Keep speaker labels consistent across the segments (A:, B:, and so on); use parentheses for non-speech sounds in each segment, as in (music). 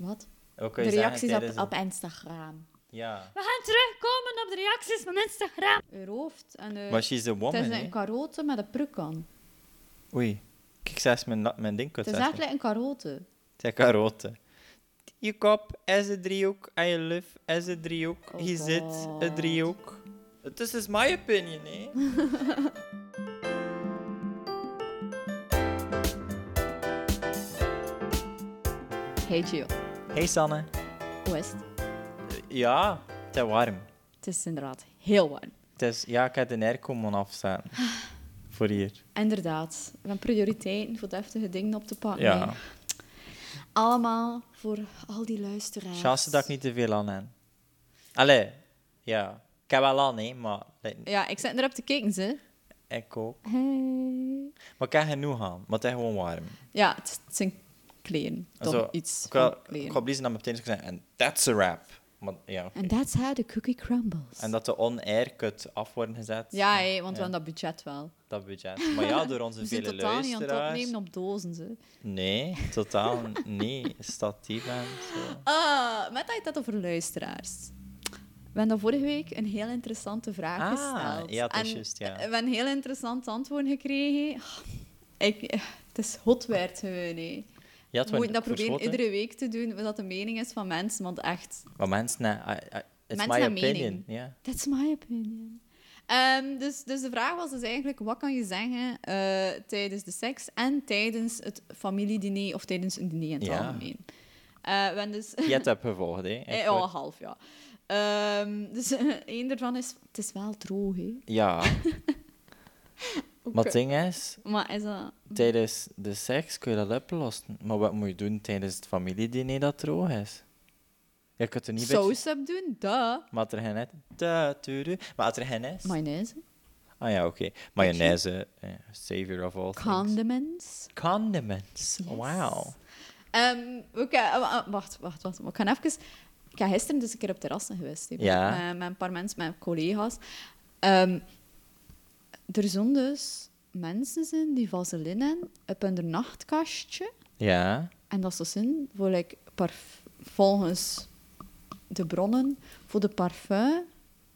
A: gehad.
B: Ook
A: De
B: al je zagen
A: reacties op,
B: tijdens het-
A: op Instagram.
B: Ja.
C: We gaan terugkomen op de reacties van Instagram.
A: Haar hoofd en de...
B: Maar she's the
A: het
B: woman,
A: is
B: hè.
A: een karote met een pruk aan.
B: Oei. Kijk, zelfs mijn, na- mijn ding
A: Het
B: kut
A: is
B: zelfs niet.
A: eigenlijk een karote.
B: Het zijn karoten. Je kop is een driehoek en je luf is een driehoek.
A: Oh
B: je zit
A: God.
B: een driehoek. Het is is my opinion, hè.
A: Hey Gio,
B: Hey Sanne.
A: hoe is het?
B: Ja, het is warm.
A: Het is inderdaad heel warm.
B: Het is, ja, ik heb de airco
A: (sighs)
B: moeten afstaan. Voor hier.
A: Inderdaad, we hebben prioriteiten voor deftige dingen op te pakken.
B: Ja.
A: hè. Allemaal voor al die luisteraars.
B: Chance dat ik niet te veel aan heb. Allee, ja. Ik heb wel aan, hè, maar like,
A: Ja, ik zit erop te kijken, ze.
B: ik ook.
A: Hey.
B: Maar ik heb genoeg aan, maar het is gewoon warm.
A: Ja, het, het zijn kleren. Toch
B: Zo,
A: iets
B: Ik wil
A: van
B: ik
A: kleren.
B: wil bliezen dat mijn tenen zeggen, en that's a wrap. Maar, ja, oké.
A: And that's how the cookie crumbles.
B: En dat de on-air cut af worden gezet.
A: Ja, hé, want we
B: Ja.
A: hebben dat budget wel.
B: Dat budget. Maar ja, door
A: (laughs)
B: onze
A: We zijn
B: vele
A: totaal niet Dus aan het
B: luisteraars.
A: opnemen op dozen, ze.
B: Nee, totaal niet. Statief en zo.
A: Ah, met dat je het had over luisteraars. We hebben daar vorige week een heel interessante vraag
B: Ah,
A: gesteld.
B: ja, dat
A: en
B: is juist, ja.
A: We hebben een heel interessant antwoord gekregen. Ah, Ik, het is hot werd gewoon, hè.
B: Je had
A: We moeten dat
B: gewoon
A: proberen
B: verschoten.
A: iedere week te doen, wat dat de mening is van mensen. Want echt,
B: Maar mensen, eh, eh, eh, it's
A: Mensen
B: my
A: hebben
B: opinion.
A: mening.
B: Ja.
A: that's my opinion. Ehm, dus, dus de vraag was dus eigenlijk, wat kan je zeggen eh, tijdens de seks en tijdens het familiediner of tijdens een diner in het
B: Ja.
A: algemeen? Eh, we hebben dus...
B: Je hebt dat gevolgd, hè?
A: Eh,
B: Echt
A: Ja,
B: waar.
A: half, ja. Ehm, dus (laughs) een één daarvan is... Het is wel droog, hè. (laughs)
B: Ja.
A: Oké.
B: Maar het ding is,
A: eh, Maar is dat...
B: tijdens de seks kun je dat oplossen. Maar wat moet je doen tijdens het familiediner dat droog is? Je kunt er niet bij...
A: Saus op doen? Duh.
B: Maar als er geen is... Da, tudu. Maar als er geen is...
A: Mayonaise.
B: Ah ja, oké. Mayonaise, eh, savior of all things.
A: Condiments.
B: Condiments. Wauw.
A: Ehm, we ka- wa- ah, wacht, wacht, wacht. Ik ga even... Ik ga gisteren dus een keer op terrassen geweest. hè,
B: Ja.
A: met, met een paar mensen, met collega's. Ehm, er zijn dus mensen zijn die vaseline hebben op hun nachtkastje.
B: Ja.
A: En dat is dus in voor like, parf- volgens de bronnen voor de parfum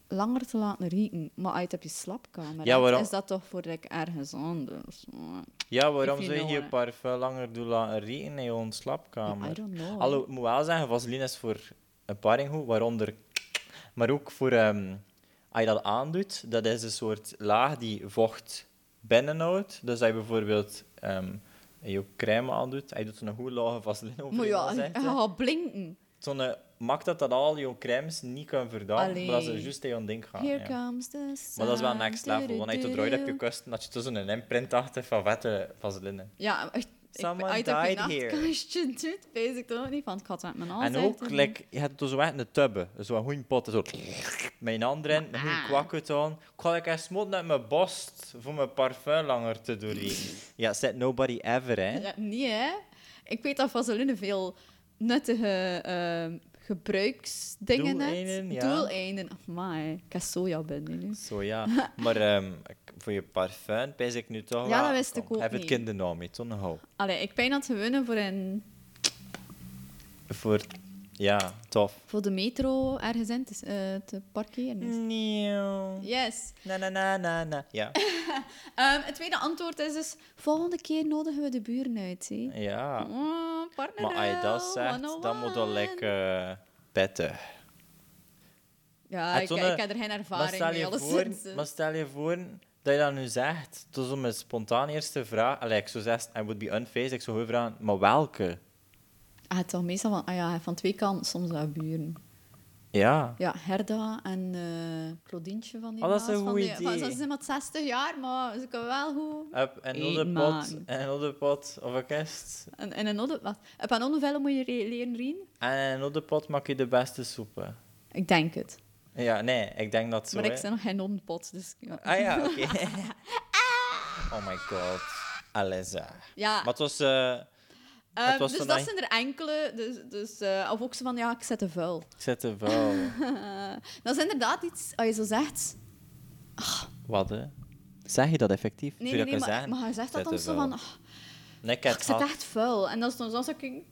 A: langer te laten rieken. Maar uit op je slapkamer
B: Ja,
A: hebt,
B: waarom-
A: is dat toch voor like, ergens anders? Mm.
B: Ja, waarom
A: If you
B: zou je
A: know
B: je
A: what-
B: parfum langer doen laten rieken in je
A: I
B: slaapkamer?
A: don't know.
B: Ah, Hallo, ik moet wel zeggen, vaseline is voor een paring goed, waaronder... Maar ook voor... ehm, als je dat aandoet, dat is een soort laag die vocht binnenhoudt. Dus als je bijvoorbeeld ehm, je crème aandoet, en je doet er een goed lage vaseline over
A: Maar
B: je
A: ja,
B: gezicht,
A: je (laughs)
B: hè.
A: gaat blinken.
B: Zo'n maakt dat dat al je crèmes niet kan verdampen,
A: Allee.
B: maar dat ze juist in je ding gaan.
A: Here
B: Ah, ja.
A: comes the sun.
B: Maar dat is wel next level, want als je te droog op je
A: Dududu.
B: kusten, dat je tussen een imprint achter van vette vaseline.
A: Ja, echt. Ik,
B: Someone
A: uit op je
B: died here.
A: nachtkastje (laughs) doet, weet ik toch niet van. Ik had het met mijn hals
B: En ook, like, je hebt het zo echt in de tubbe. Zo'n goeie pot. Zo. Met een andere in, met een
A: Ah.
B: kwakkut aan. Ik ga like, smot met mijn borst voor mijn parfum langer te doorheen. ja, said nobody ever, hè.
A: Ja, nee, hè? Ik weet dat Vaseline veel nuttige ehm, gebruiksdingen heeft.
B: Doeleinden, ja.
A: Doeleinden. Amai, ik heb soja binnen nu.
B: Zo,
A: (laughs)
B: ja. Maar ehm, ik- voor je parfum pijs ik nu toch
A: Ja,
B: wel...
A: dat wist
B: Kom,
A: ik ook
B: Heb het
A: niet.
B: kind de naam, hè. Toen hou.
A: Allee, ik ben aan het winnen voor, een,
B: Voor... Ja, tof.
A: voor de metro ergens in te, s- eh, te parkeren.
B: Mm.
A: is.
B: Nieuw.
A: Yes.
B: Na, na, na, na, na. Ja.
A: Ehm, het tweede antwoord is dus... Volgende keer nodigen we de buren uit, hè.
B: Ja.
A: Oh, partner
B: Maar als je dat
A: oh
B: zegt, dan moet dat lekker eh, petten.
A: Ja,
B: Het
A: ik,
B: zonne-
A: ik heb er geen
B: Maar
A: ervaring
B: stel,
A: mee,
B: je
A: alleszins.
B: voor, maar stel je voor dat je dat nu zegt. Het is om een spontaan eerste vraag. Allee, ik zou zeggen, I would be unfazed. Ik zou gewoon vragen, maar welke?
A: Ah, toch meestal van, ah ja, van twee kanten soms aan buren.
B: Ja.
A: Ja, Herda en eh Claudientje van die
B: Oh, dat is
A: maas
B: een
A: van
B: goed
A: die- van-
B: idee.
A: Ze zijn maar 60 jaar, maar ze kunnen wel goed.
B: Up en
A: Eet
B: een pot,
A: maken.
B: en een pot of een kist.
A: En, en een andere, wat? Op een onvelle moet je re- leren rien?
B: En in een pot maak je de beste soepen.
A: Ik denk het.
B: Ja, nee, ik denk dat zo.
A: maar ik
B: hè.
A: ben nog geen onpot, dus... Ja,
B: Ah ja,
A: (laughs)
B: oké. oh my god. Alessa.
A: ja
B: Maar het was... eh,
A: ehm,
B: het was
A: dus dat
B: vandaag-
A: zijn er enkele. Dus, dus, eh, of ook zo van, ja, ik zet de vuil.
B: ik zet er wel...
A: Eh, dat is inderdaad iets, als je zo zegt...
B: Wat, hè? Zeg je dat effectief?
A: Nee,
B: Zou
A: nee,
B: je
A: nee,
B: dat
A: maar,
B: kunnen
A: maar je
B: zeggen?
A: zegt dat
B: Zet
A: dan
B: er
A: zo
B: wel.
A: van... ah,
B: Nee, ik heb
A: ik
B: het
A: zet
B: gehad.
A: echt vuil. En dat is dan zo... dat ik-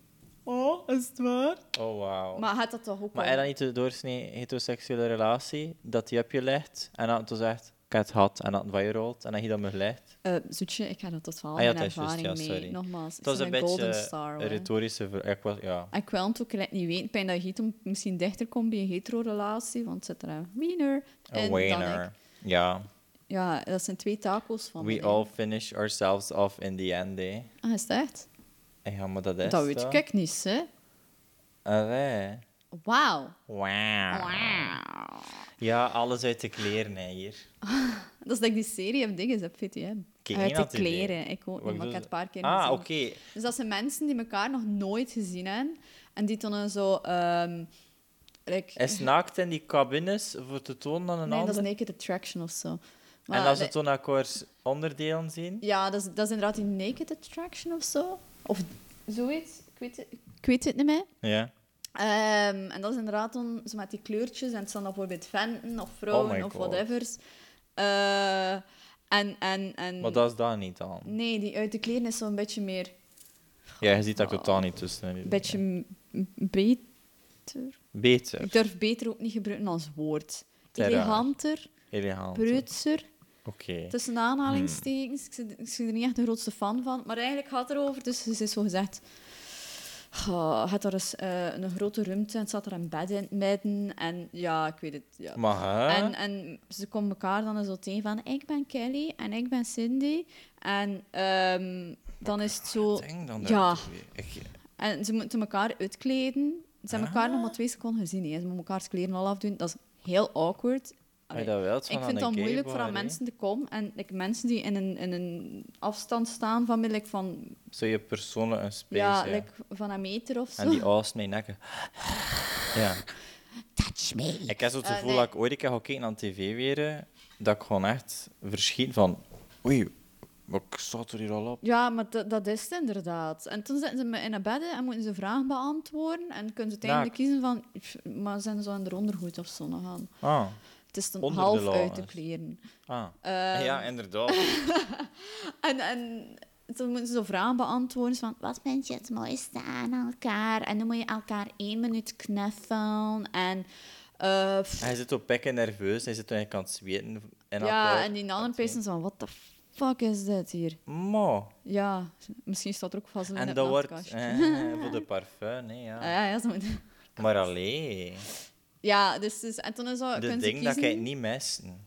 B: Oh, is het waar? Oh, wauw.
A: Maar had dat toch ook
B: Maar
A: al?
B: hij dan niet de doorsnee heteroseksuele relatie, dat hij op je legt en dan toen zegt, ik heb het gehad en dan van je rolt en dan hij dat me legt.
A: Eh, Zoetje, ik ga dat totaal
B: Ah ja,
A: mijn
B: dat is juist,
A: ervaring
B: ja,
A: mee.
B: sorry.
A: Nogmaals,
B: Het was
A: ik
B: een
A: ben een golden
B: beetje
A: star.
B: een
A: hoor.
B: retorische... ver- Ik was, ja.
A: Ik wil het ook net niet weten. Ik ben dat je het om- misschien dichter komt bij een hetero-relatie, want het zit er een wiener
B: Een
A: en dan ik.
B: winner. Ja.
A: Ja, dat zijn twee taco's van me,
B: We
A: hè.
B: all finish ourselves off in the end, eh.
A: Ah, is dat echt?
B: Ja, maar dat is
A: dat weet ik niet, hè.
B: Allee.
A: Wauw.
B: Wauw.
A: Wauw.
B: Ja, alles uit de kleren hè, hier.
A: Dat is like die serie op dingen op VTM.
B: Ken
A: Uit
B: je
A: de
B: dat idee?
A: kleren. Ik ook
B: Wat
A: niet, maar ik heb
B: bedoel ze?
A: het een paar keer
B: Ah,
A: gezien.
B: oké.
A: Dus dat zijn mensen die elkaar nog nooit gezien hebben. En die dan zo... ehm like,
B: Is naakt in die cabines voor te tonen aan een
A: nee, dat
B: ander?
A: is Naked Attraction of zo.
B: en
A: Maar
B: als ze
A: nee,
B: toen akkoord onderdelen zien?
A: Ja, dat is, dat is inderdaad die Naked Attraction of zo. Of zoiets. Ik weet het, ik weet het niet meer.
B: Ja.
A: Ehm, en dat is inderdaad dan zo met die kleurtjes. En het staan dan bijvoorbeeld venten of vrouwen
B: Oh my
A: of
B: God.
A: whatever's. Eh, en, en, en...
B: Maar dat is dat niet dan.
A: Nee, die uit de kleren is zo'n beetje meer...
B: Ja, je ziet dat ik totaal niet tussen.
A: Een beetje m- beter.
B: Beter.
A: Ik durf beter ook niet gebruiken als woord.
B: Ter
A: Eleganter,
B: Elegant. Oké.
A: preutser, tussen aanhalingstekens. Ik zit- Ik ben er niet echt de grootste fan van. Maar eigenlijk gaat het erover. Dus ze is zo gezegd... "Ah, had er eens eh, een grote ruimte en het zat er een bed in het midden. En ja, ik weet het. Ja.
B: Maar hè?
A: En, en ze komen elkaar dan eens zo tegen van... Ik ben Kelly en ik ben Cindy. En ehm, dan is het zo...
B: Denk dan
A: Ja.
B: daartoe weer. Ik-
A: En ze moeten elkaar uitkleden. Ze hebben elkaar nog maar twee seconden gezien. Hè. Ze moeten elkaars kleren al afdoen. Dat is heel awkward.
B: Als je
A: Allee,
B: dat wilt, van
A: ik
B: aan
A: vind
B: een
A: het al moeilijk
B: gaybar,
A: voor aan
B: hè.
A: mensen te komen. En like, mensen die in een, in een afstand staan van, like, van,
B: Zo je persoonlijk een space.
A: ja,
B: hè.
A: like, van een meter of zo.
B: En die aas mee nekken. Ja.
A: Touch me.
B: Ik heb zo het
A: Eh,
B: gevoel
A: nee.
B: dat ik ooit een keer ga kijken naar tv weer, eh, dat ik gewoon echt verschiet van... Oei, wat staat er hier al op?
A: (laughs) Ja, maar dat- dat is het inderdaad. En toen zitten ze me in een bed en moeten ze vragen beantwoorden. En kunnen ze uiteindelijk
B: Naakt.
A: kiezen van... pff, Maar zijn ze aan de ondergoed of zo nog aan?
B: Ah,
A: Het is dan
B: Onder de
A: half
B: lakens.
A: uit de kleren. (laughs)
B: ah.
A: Ehm,
B: ja, inderdaad.
A: (laughs) En, en toen moeten ze zo vragen beantwoorden van... Wat vind je het mooiste aan elkaar? En dan moet je elkaar één minuut knuffelen. En... eh, pff,
B: Hij zit op pekken nerveus, hij zit eigenlijk aan het zweten. En
A: ja, en die andere persoon is van... What the fuck is dit hier?
B: Mo.
A: Ja, misschien staat er ook vast in
B: En
A: het
B: dat wordt...
A: nachtkastje. (laughs)
B: eh, voor de parfum, nee, ja.
A: Ah, ja, ja, ze moeten-
B: Maar allee,
A: ja, dus, dus... En toen is dat...
B: de
A: kunnen ze
B: ding dat ik
A: kiezen- Ah, mm,
B: niet misten.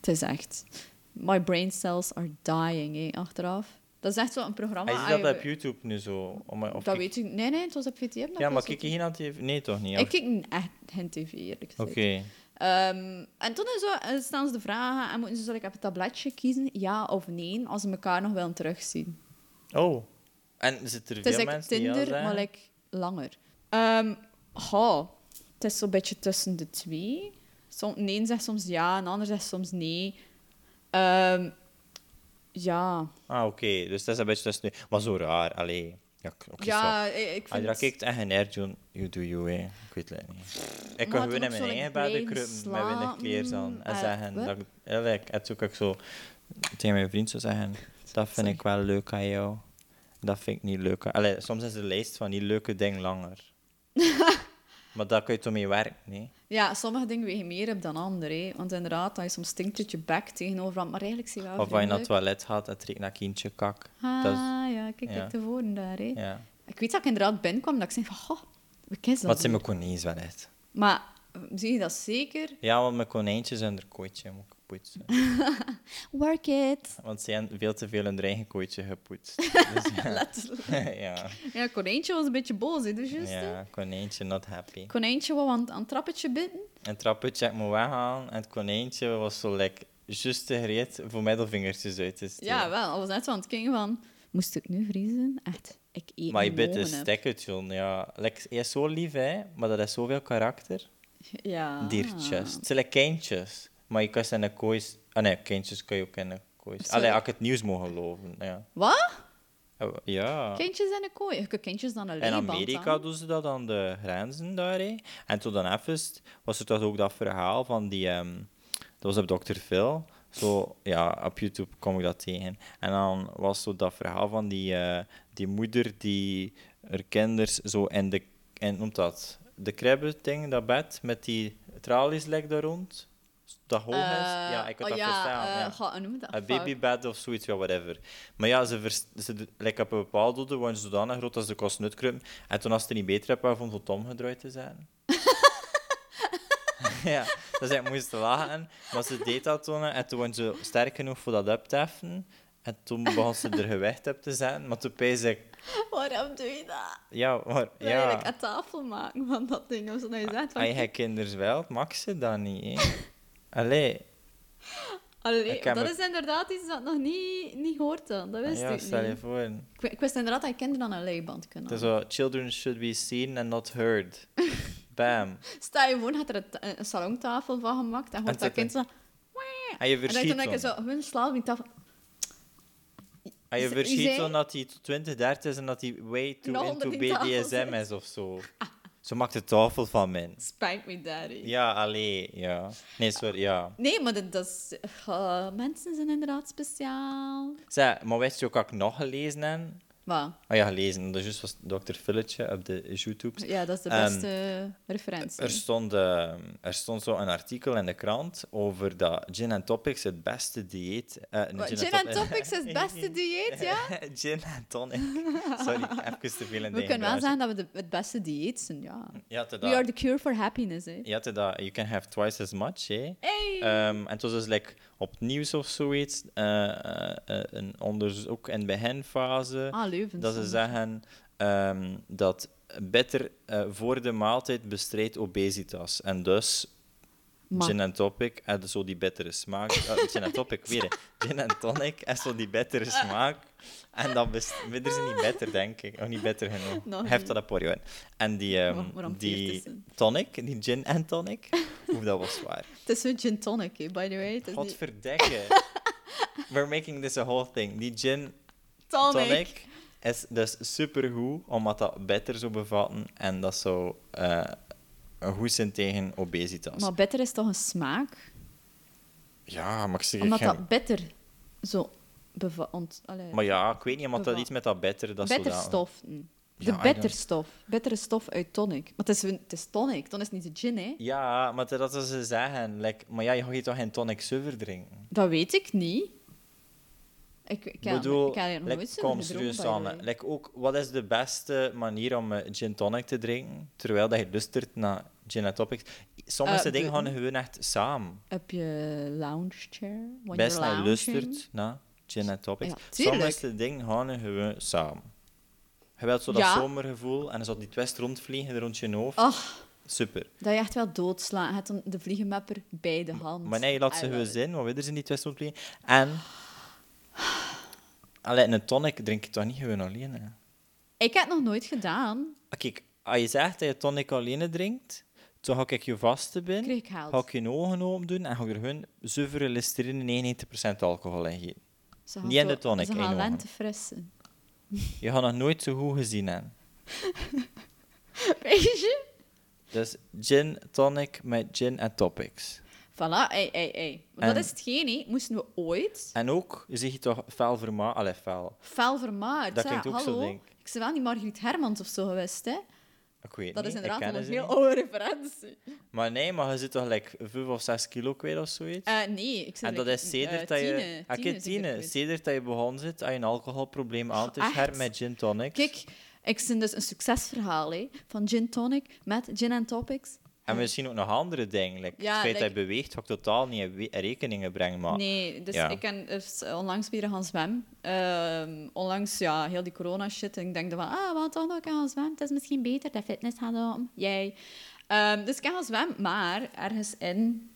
A: Het is echt... My brain cells are dying, hè, achteraf. Dat is echt zo'n programma...
B: Hij ziet
A: ah,
B: dat op
A: je-
B: YouTube nu zo. Om, of
A: dat
B: ik-
A: weet ik... Nee, nee, het was op VTM. dat
B: Ja, maar
A: was
B: kijk
A: op-
B: je geen aan tv? Nee, toch niet?
A: Ik
B: Oké.
A: kijk n- echt geen tv, eerlijk gezegd. Ehm, en toen is zo, eh, staan ze de vragen en moeten ze zo, like, op het tabletje kiezen, ja of nee, als ze elkaar nog willen terugzien.
B: Oh. En zitten er
A: Het is
B: veel
A: like
B: mensen die ja
A: Dus Tinder,
B: zeggen?
A: maar like, langer. Ehm goh, het is zo'n beetje tussen de twee. Som, nee zegt soms ja, en de ander zegt soms nee. Ehm, ja.
B: Ah, oké. Dus dat is een beetje tussen... Maar zo raar, allee. Ja, k- oké, Ah, ja,
A: ja, ik, ik
B: Als je
A: vind...
B: dat kijkt en je neer, John, you do you, eh. Ik weet het niet. Ik kan
A: het
B: gewoon
A: ook
B: in
A: zo,
B: mijn eigen
A: like,
B: baden
A: blijven
B: kruipen met weinig
A: slapen,
B: kleren aan. En
A: eh,
B: zeggen
A: wat?
B: dat ik... Eerlijk, het ook ik zo tegen mijn vriend zou zeggen. Dat vind
A: Sorry.
B: ik wel leuk aan jou. Dat vind ik niet leuk aan... Allee, soms is de lijst van die leuke dingen
A: (laughs)
B: langer. maar daar kun je toch mee werken, nee?
A: Ja, sommige dingen wegen meer op dan andere. hè. Want inderdaad, dat je soms stinkt uit je bek tegenover, want- maar eigenlijk zie je wel
B: Of als je naar het
A: vriendelijk.
B: toilet gaat en trekt naar kindje kak. Dat is-
A: Ah, ja, kijk,
B: ja.
A: kijk, de woorden daar, hè.
B: ja.
A: Ik weet dat ik inderdaad binnenkwam, dat ik zei van, goh, wat is dat?
B: Wat zijn
A: hier?
B: mijn konijns wel echt?
A: Maar eh, zie je dat zeker?
B: Ja, want mijn konijntjes en haar kooitje moet gepoetst zijn.
A: (laughs) Work it!
B: Want ze hebben veel te veel hun eigen kooitje
A: (laughs)
B: gepoetst. Dus ja. (laughs) ja.
A: Ja, konijntje was een beetje boos, hè, dus juist. hè?
B: ja, konijntje not happy.
A: Konijntje wou aan, aan het trappetje bitten.
B: En het rappertje moet weggaan en het konijntje was zo like, juist te gereed voor middelvingertjes uit te steken.
A: Ja, wel, al was net zo aan het kijken van, moest ik nu vriezen? Echt, ik eet
B: maar je
A: mijn
B: bent een
A: longen op.
B: stekker, John. Ja. Like, hij is zo lief, hè, maar dat is zoveel karakter.
A: Ja.
B: diertjes. Het zijn like kindjes. Maar je kan ze in een kooi... s- Ah nee, kindjes kan je ook in een kooi... s-
A: Sorry.
B: Allee, als ik het nieuws mogen geloven. Ja.
A: Wat?
B: Oh, ja.
A: Kindjes in een kooi? Je kunt kindjes dan alleen
B: In Amerika doen ze dat aan de grenzen daar. Hè. En toen dan even was er toch ook dat verhaal van die... ehm, dat was op Dr. Phil. Zo, ja, op YouTube kom ik dat tegen. En dan was zo dat verhaal van die, eh, die moeder die... eh, erkenders zo en de en noemt dat de krabbeting dat bed met die tralies lek daar rond dat hoog is
A: Eh,
B: ja ik had
A: oh
B: dat verstaan
A: eh,
B: ja.
A: goh, hoe noem je dat?
B: Een babybed of zoiets, ja, whatever. Maar ja, ze, vers- ze d- like, op een bepaald doel waren ze zodanig groot dat ze de kost nutkruipen. En toen als ze het niet beter hebben, vond ze Tom gedraaid
A: (laughs)
B: te zijn. ja, dus ik moest lachen. Maar ze deed dat toen en toen waren ze sterk genoeg voor dat up te heffen. En toen begon ze er gewicht op te zetten. Maar toen pees ik,
A: (laughs) Waarom doe je dat?
B: ja, maar
A: Wil je eigenlijk
B: ja,
A: een tafel maken van dat ding? Of zo dat je zegt van...
B: als je kinders wel, mag ze dat niet,
A: (laughs)
B: hè? Allee,
A: Allee,
B: Ik heb
A: dat
B: het- Ah,
A: is inderdaad iets dat nog niet, niet hoort dan. Dat wist
B: ja,
A: ik
B: stel je
A: niet. Oh.
B: voor.
A: Ik, ik wist inderdaad dat je kinderen aan een leiband kunnen
B: Het is
A: hangen.
B: zo, children should be seen and not heard. Bam.
A: Stel je voor, had er een, ta- een salontafel van gemaakt en hoort
B: En
A: dat kind zo...
B: En je
A: En dan
B: verschiet
A: denk je
B: zo.
A: zo, hun slaap op die tafel.
B: En je
A: Ze- die
B: verschiet
A: zei-
B: zo dat hij 20, 30 is en dat hij way
A: Nog
B: too
A: onder
B: into
A: die tafel
B: BDSM
A: zit.
B: is of
A: (laughs)
B: zo. Zo maakt de tafel van mensen.
A: Spank me daddy.
B: Ja, allee, ja. Nee, sorry, ja.
A: Nee, maar dat, dat is... eh, mensen zijn inderdaad speciaal.
B: Zeg, maar wist je ook wat ik nog gelezen heb?
A: Maar
B: Ah ja, gelezen. Dat is juist was Dr. Filletje op de YouTube.
A: ja, dat is de
B: Ehm,
A: beste referentie.
B: Er stond, eh, er stond zo een artikel in de krant over dat Gin and Topics het beste dieet... eh,
A: Wat,
B: gin
A: Gin
B: and
A: and
B: Top-
A: Topics is het
B: (laughs)
A: beste dieet, ja?
B: gin and tonic.
A: (laughs)
B: Sorry, even te veel in
A: We kunnen wel zeggen dat we de, het beste dieet zijn, ja.
B: Ja, te
A: We are the cure for happiness, hè.
B: Je had het dat, you can have twice as much, hè?
A: Hey!
B: Ehm, en het was dus like, op nieuws of zoiets, eh, eh, eh, een onderzoek in de beginfase,
A: ah, Leuven.
B: dat ze zeggen ehm, dat bitter eh, voor de maaltijd bestrijdt obesitas. En dus,
A: Maar-
B: gin en tonic had zo die bittere
A: (laughs)
B: smaak. Eh, gin en tonic, weer. hè. Gin en tonic en zo die bittere smaak. En dat best... maar er zijn niet bitter, denk ik. Of niet bitter
A: (laughs)
B: genoeg.
A: Nog
B: Heft
A: niet.
B: dat op voor je. En die, ehm,
A: Waarom- waarom
B: die
A: viert het ze?
B: tonic, die gin
A: (laughs)
B: en tonic, oeh, dat was zwaar.
A: Het is een gin tonic, hè, by the way. Het is niet-
B: Godverdekke.
A: (laughs)
B: We're making this a whole thing. Die gin
A: tonic.
B: tonic is dus supergoed, omdat dat bitter zo bevatten en dat zo eh, een goed zijn tegen obesitas.
A: Maar bitter is toch een smaak?
B: Ja, maar ik zeg
A: Omdat
B: geen-
A: dat bitter zo beva- ont- allee,
B: Maar ja, ik weet niet, omdat dat
A: Bevat.
B: iets met dat bitter... Dat Zo dat...
A: bitterstof. mm. De
B: Ja, I don't-
A: bitterstof. Bittere stof uit tonic. Maar het is, een- het is tonic, dan is het niet de gin, hè.
B: Ja, maar dat is wat ze zeggen. Like, maar ja, je gaat hier toch geen tonic zuiver drinken?
A: Dat weet ik niet. Ik, ik,
B: Ik bedoel,
A: ik heb hier nog
B: like,
A: nooit zo
B: kom serieus aan. Like, ook, wat is de beste manier om eh, gin tonic te drinken, terwijl dat je lustert naar gin en topics? Sommige
A: Eh,
B: dingen
A: doe-
B: gaan gewoon echt samen.
A: Heb je lounge chair? When you're
B: Best dat je
A: lounging?
B: lustert naar gin en topics.
A: Ja, tuurlijk.
B: Sommige dingen gaan gewoon samen. Je wilt zo dat
A: Ja. Oh.
B: zomergevoel en dan zou die twist rondvliegen rond je hoofd.
A: Ach,
B: Super.
A: dat je echt wel doodslaat. Je hebt dan de vliegenmapper bij de hand.
B: Maar nee, je laat ze
A: I love
B: gewoon
A: it.
B: zin, want we er zijn niet twist rondvliegen. En... Allee, een tonic drink je toch niet gewoon alleen, hè?
A: Ik heb het nog nooit gedaan.
B: Ah, Kijk, als je zegt dat je tonic alleen drinkt, dan ga ik je vasten ben,
A: Kreeg ik haalt.
B: ga ik je ogen open doen en ga ik er gewoon zuivere listerine 99% alcohol in geven.
A: Ze gaan
B: Niet in de
A: zo-
B: tonic,
A: Ze
B: één
A: gaan
B: jongen.
A: lente frissen.
B: Je gaat nog nooit zo goed gezien hebben.
A: (laughs) Weet je?
B: Dus gin, tonic met gin en topics.
A: Voilà, ey, ey, ey. Maar
B: En-
A: dat is hetgeen, hè. Moesten we ooit
B: En ook, je ziet je toch fel vermaak... Allee, fel.
A: fel vermaard.
B: Dat
A: Ja,
B: klinkt ook zo,
A: hallo.
B: denk
A: Ik zei wel niet Margriet Hermans of zo geweest, hè.
B: Ik weet
A: Dat
B: niet,
A: is inderdaad
B: ik ken
A: al een
B: ze
A: heel
B: niet.
A: oude referentie.
B: Maar nee, maar je zit toch like 5 of 6 kilo kwijt of zoiets?
A: Eh, nee, ik eh, zei
B: en dat is sedert dat je... Ah, kijk, Tine, sedert dat je begonnen zit, aan je alcoholprobleem aan te
A: Echt?
B: scherpen met gin tonics.
A: Kijk, ik zie dus een succesverhaal hè, van gin tonic met gin and topics.
B: En misschien ook nog andere dingen. like
A: Ja,
B: het feit dat
A: like-
B: je beweegt, ga ik totaal niet in we- rekeningen brengen. Maar
A: Nee, dus
B: ja.
A: ik ben dus onlangs weer gaan zwemmen. Ehm, onlangs, ja, heel die corona-shit. En ik denk dan van, ah, we gaan toch nog een keer gaan zwemmen. Het is misschien beter, de fitness gaat om. Jij. Ehm, dus ik ga gaan zwemmen, maar ergens in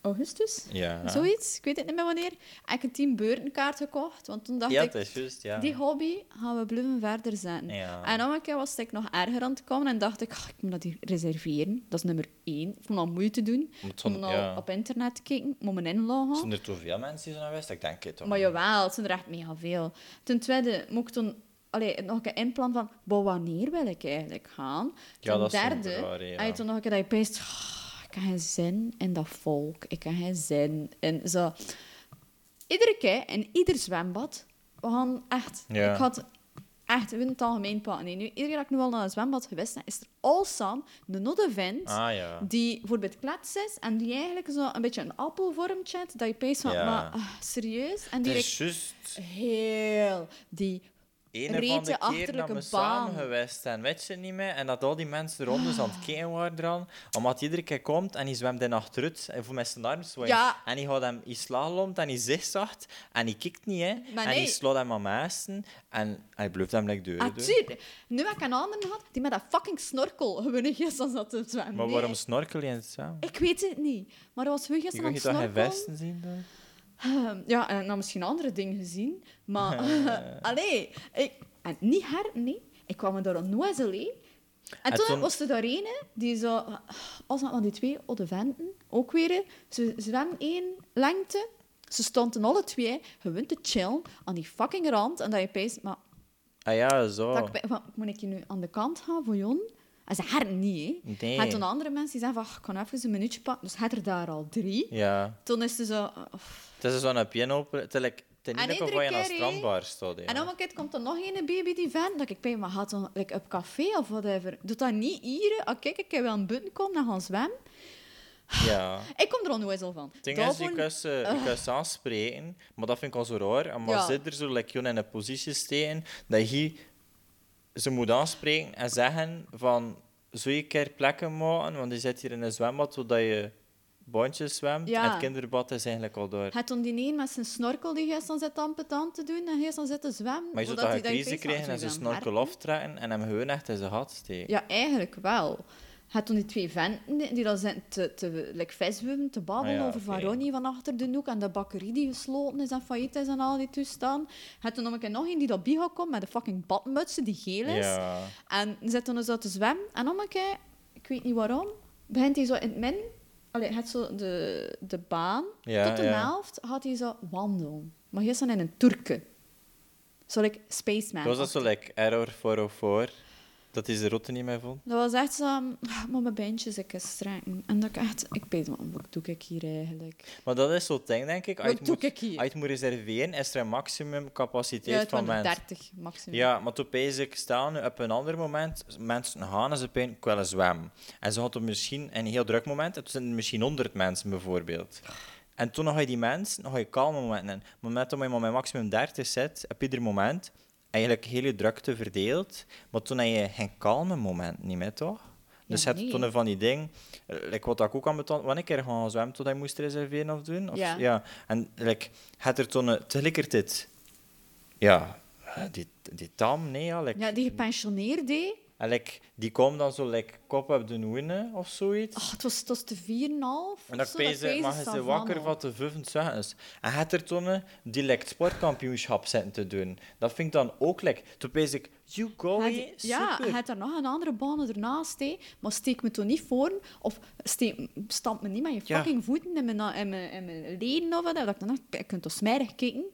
A: augustus?
B: ja.
A: Zoiets, ik weet het niet meer wanneer. Heb ik een team beurtenkaart gekocht, want toen dacht
B: Ja,
A: ik...
B: dat is juist, ja.
A: Die hobby gaan we blijven verder zetten.
B: Ja.
A: En dan een keer was ik nog erger aan het komen en dacht ik, "Ah, ik moet dat hier reserveren. Dat is nummer één. Ik moet al moeite doen.
B: Moet
A: Ik
B: van-
A: moet al
B: ja.
A: op internet kijken. Ik moet me inloggen.
B: Zijn er zoveel mensen die zo naar wist? Ik denk het toch.
A: Maar jawel, het zijn er echt mega veel. Ten tweede moet ik toen allee, het nog een keer inplannen van, "Wa, wanneer wil ik eigenlijk gaan?
B: Ja,
A: Ten
B: dat is soms
A: derde,
B: raar, hè, ja.
A: had je toen nog een keer dat je peest, "Ah, ik heb geen zin in dat volk. Ik heb geen zin in zo. Iedere keer, in ieder zwembad, we gaan echt...
B: Ja.
A: Ik had Echt, we willen het algemeen pakken. Nee, nu, iedere keer dat ik nu al naar een zwembad geweest ben, is er al Sam een nodde vindt
B: Ah ja.
A: die bijvoorbeeld klets is en die eigenlijk zo een beetje een appelvormtje heeft, dat je pees van,
B: Ja.
A: maar ah, serieus? En
B: Het
A: die
B: is juist
A: heel die
B: een of
A: breedte
B: andere keer dat
A: achterlijke
B: we
A: baan. Ah.
B: samen geweest zijn, weet je het niet meer? En dat al die mensen rond dus aan het kijken waren eraan. Omdat hij iedere keer komt en hij zwemt in achteruit en voor met zijn arm zwaaien.
A: Ja.
B: En hij houdt hem, hij slalomt en hij zigzagt en hij kikt niet, hè.
A: Maar
B: En hij
A: nee. Ah,
B: slaat hem aan mensen en hij bluft hem like deur. dus.
A: Natuurlijk. Nu heb ik een ander gehad die met dat fucking snorkel gewoon gisteren zat te zwemmen.
B: Maar
A: Nee,
B: waarom snorkel je in het zwemmen?
A: Ik weet het niet. Maar dat was we
B: Je
A: gisteren aan
B: kunt je
A: het
B: toch geen
A: snorkelen.
B: vesten zien? Dan?
A: Ehm, (laughs) ja, en dan misschien andere dingen gezien. Maar (laughs) allee, ik, en niet hard, nee. Ik kwam er door een nooit alleen. En,
B: En
A: toen,
B: toen-
A: was er daar een hè, die zo... Als dat van die twee oude venten, ook weer. hè. Ze zwemmen één lengte. Ze stonden alle twee gewoon te chillen aan die fucking rand. En dat je peest, maar
B: Ah ja, zo.
A: dat ik, bij- van, moet ik hier nu aan de kant gaan voor Jon? En ze had het niet, hè.
B: Nee.
A: En toen andere mensen die zeiden van, "Ach, ik kan even een minuutje pakken. Dus had er daar al drie.
B: Ja.
A: Toen is ze zo... oh.
B: Het is zo'n piano... Het is like- het is
A: En
B: niet of je
A: iedere
B: aan een
A: keer, hè?
B: strandbar staat. hè.
A: En dan keer komt er nog een baby die vent. Dat ik bij maar gaat dan like, op café of whatever. Doet dat niet hier? Ah, kijk, ik heb wel een buiten komen, dan gaan zwemmen.
B: Ja.
A: Ik kom er al nooit zo van.
B: Het ding
A: Dat
B: is, je
A: vond-
B: kunt, ze, je kunt ze aanspreken, maar dat vind ik al zo raar. En maar
A: Ja.
B: zit er zo like, gewoon in een positie steken dat je ze moet aanspreken en zeggen van... Zou je een keer plekken maken? Want je zit hier in een zwembad, zodat je bandjes zwemt.
A: Ja.
B: En het kinderbad is eigenlijk al door.
A: Het om die een met zijn snorkel die gisteren zit ampetant te doen en gisteren zit te zwemmen.
B: Maar je zou
A: zodat
B: toch
A: hij
B: een
A: dat je
B: crisis
A: face-
B: krijgen en
A: zou
B: zijn
A: je dat
B: snorkel
A: merken?
B: aftrekken en hem gewoon echt in zijn gat steken.
A: Ja, eigenlijk wel. Het toen die twee venten die dan zijn te, te like, viswimmen, te babbelen
B: Ah ja,
A: over van
B: oké.
A: Ronnie van achter de hoek en de bakkerie die gesloten is en failliet is en al die toestand. Het toen nog een keer nog een die dat bij komt met de fucking badmutsen die geel is.
B: Ja.
A: En ze zitten dus zo te zwemmen. En dan een keer, ik weet niet waarom, begint hij zo in het min... Allee, het zo de, de baan.
B: Ja,
A: Tot de
B: ja.
A: helft gaat hij zo wandelen. Maar gisteren in een Turken. Zo like Spaceman.
B: Was dat zo like error 404? Dat hij de route niet meer vond?
A: Dat was echt zo... mm, Maar mijn beentjes, ik is strekken. En dat ik echt... Ik weet niet, wat doe ik hier eigenlijk?
B: Maar dat is zo'n ding, denk ik. Als je
A: Wat
B: het
A: doe
B: moet,
A: ik hier?
B: als je het moet reserveren, is er een maximum
A: Ja,
B: capaciteit
A: het
B: van
A: waren er
B: mensen.
A: 30 maximum.
B: Ja, maar toen ik staan nu op een ander moment, mensen gaan en ze pijn, ik wil eens zwemmen. En ze hadden misschien in een heel druk moment, het zijn er misschien 100 mensen bijvoorbeeld. En toen ga je die mensen, dan ga je kalme momenten in. Maar met dat je maar met maximum 30 zit, op ieder moment, eigenlijk heel je drukte verdeeld. Maar toen heb je geen kalme moment niet meer, toch? Dus
A: Ja,
B: het
A: nee.
B: toen een van die ding, eh, like wat ik ook aan betalen, wanneer ik er gaan zwemmen tot hij moest reserveren of doen. Of,
A: Ja.
B: En like, het er toen eh, tegelijkertijd, ja, eh, die, die tam, nee, ja, like,
A: Ja, die gepensioneerd, hè.
B: en, like, die komen dan zo like, kop op de winnen of zoiets.
A: Ah, het, was, het was te 4,5.
B: En dan pees je, mag je ze wakker van de vijfend zwemmen. En het er toen eh, die like, sportkampioenschap zitten te doen. Dat vind ik dan ook lekker. Toen pees ik, you go,
A: Had-
B: hé,
A: ja,
B: super.
A: hij had daar nog een andere baan ernaast, hé. maar steek me toch niet voor, of steek, stamp me niet met je
B: Ja.
A: fucking voeten in mijn, na- in mijn, in mijn leden of wat. Dat ik dan dacht, je kunt toch smerig kijken.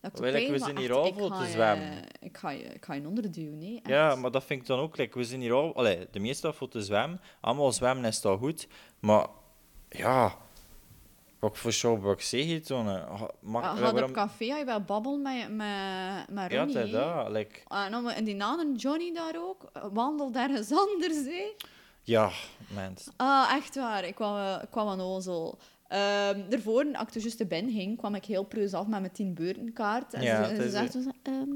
A: Dat ik toch
B: Wel, ik
A: pijn
B: was
A: van,
B: in die
A: echt,
B: rol
A: ik
B: voor
A: ga
B: te
A: je-
B: zwemmen.
A: Ik ga je, ik ga je onderduwen, nee.
B: Ja, maar dat vind ik dan ook lekker. We zijn hier al, allee, de meeste voor te zwemmen. Allemaal zwemmen is al goed. Maar ja, ook voor showbox zeg je toen. eh, ha- Mag,
A: Ah, Had op café, had je wel babbel met, met, met
B: Ja,
A: Ronnie.
B: dat,
A: hé.
B: dat, like,
A: Ah, nou, maar- en die naam Johnny daar ook, eh, wandelt ergens (laughs) anders, hé.
B: ja, mens.
A: Ah, echt waar. Ik kwam, eh, ik kwam aan Ozel. Ehm daarvoor, als ik er juist te binnen ging, kwam ik heel preus af met mijn tien beurtenkaart. En
B: Ja,
A: ze,
B: het
A: ze
B: is-
A: zegt toen zo, ehm,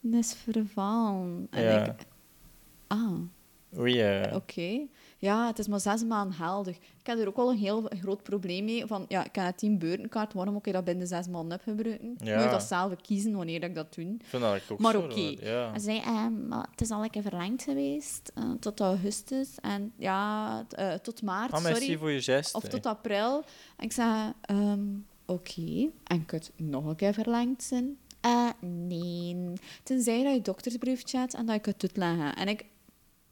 A: dat is vervallen. En
B: Ja.
A: ik, ah,
B: Oei, eh,
A: oké. Ja, het is maar zes maanden geldig. Ik heb er ook al een heel groot probleem mee. Van, ja, ik heb een tien beurtenkaart, waarom moet ik dat binnen de zes maanden gebruiken?
B: Ja.
A: Moet je dat zelf kiezen wanneer ik dat doe?
B: ik vind dat ik ook
A: Maar
B: zo,
A: oké.
B: hoor, Ja.
A: En zei, ehm, maar het is al een keer verlengd geweest, eh, tot augustus. En ja, t- eh, tot maart,
B: Ah,
A: sorry.
B: merci voor je geste.
A: Of tot april. En ik zei, ehm, oké. En ik het nog een keer verlengd zijn? Eh, nee. Tenzij dat je doktersbrief chat en dat ik het toetleggen. En ik,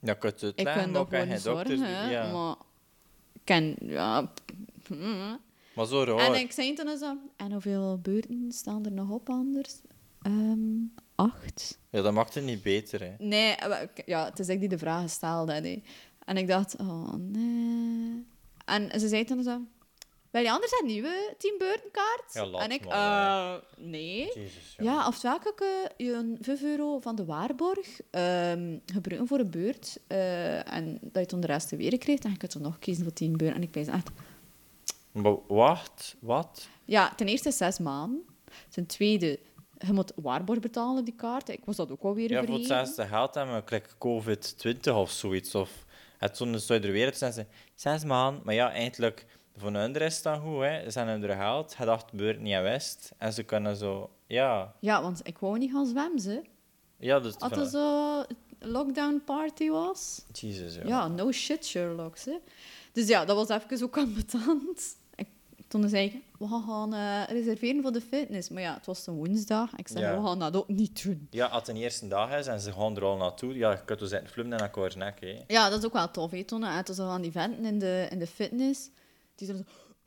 B: Ja, ik het
A: ik kan dat
B: ook
A: gewoon niet zorgen, hè,
B: ja. maar...
A: maar... Ik ken, ja... pff, mm.
B: zo raar.
A: En ik zei toen zo... En hoeveel beurten staan er nog op anders? Ehm, acht.
B: Ja, dat maakt het niet beter, hè.
A: Nee, eh, wel, ik- ja, het is ik die de vragen stelde. hè. En ik dacht, oh nee. En ze zei toen zo, Wil je anders een nieuwe Team Burton kaart?
B: Ja, laat
A: en ik,
B: maar,
A: eh, nee.
B: Jezus, jongen.
A: Ja, oftewel kan ik eh, je 5 euro van de waarborg ehm, gebruiken voor een beurt. eh, en dat je toen de rest te weer krijgt. En je kunt dan nog kiezen voor 10 beurten. En ik ben echt...
B: Maar wacht, wat?
A: Ja, ten eerste zes maanden. Ten tweede, je moet waarborg betalen op die kaart. Ik was dat ook alweer
B: Ja, voor het
A: vergeten.
B: zesde geld hebben we gelijk COVID-20 of zoiets. Of het zo'n zou je er weer het zijn. ze- Zes maanden, maar ja, eindelijk, voor hun de rest dan goed. Hè. Ze zijn hun geld, het dacht beurt niet aan West. En ze kunnen zo, ja.
A: Ja, want ik wou niet gaan zwemmen, ze.
B: Ja, dus
A: Als er
B: van-
A: zo lockdown party was.
B: Jezus, ja.
A: Ja, no shit, Sherlock. Ze. Dus ja, dat was even ook ambetant. Ik, toen zei ik, we gaan gaan eh, reserveren voor de fitness. Maar ja, het was een woensdag. Ik zei,
B: Ja.
A: we gaan dat ook niet doen.
B: Ja, als het de eerste dag is en ze gaan er al naartoe, ja, je kunt dus in flummen en akkoord nek. Hè.
A: Ja, dat is ook wel tof. Hè. Toen uit zo aan die venten in de, in de fitness. Die zo...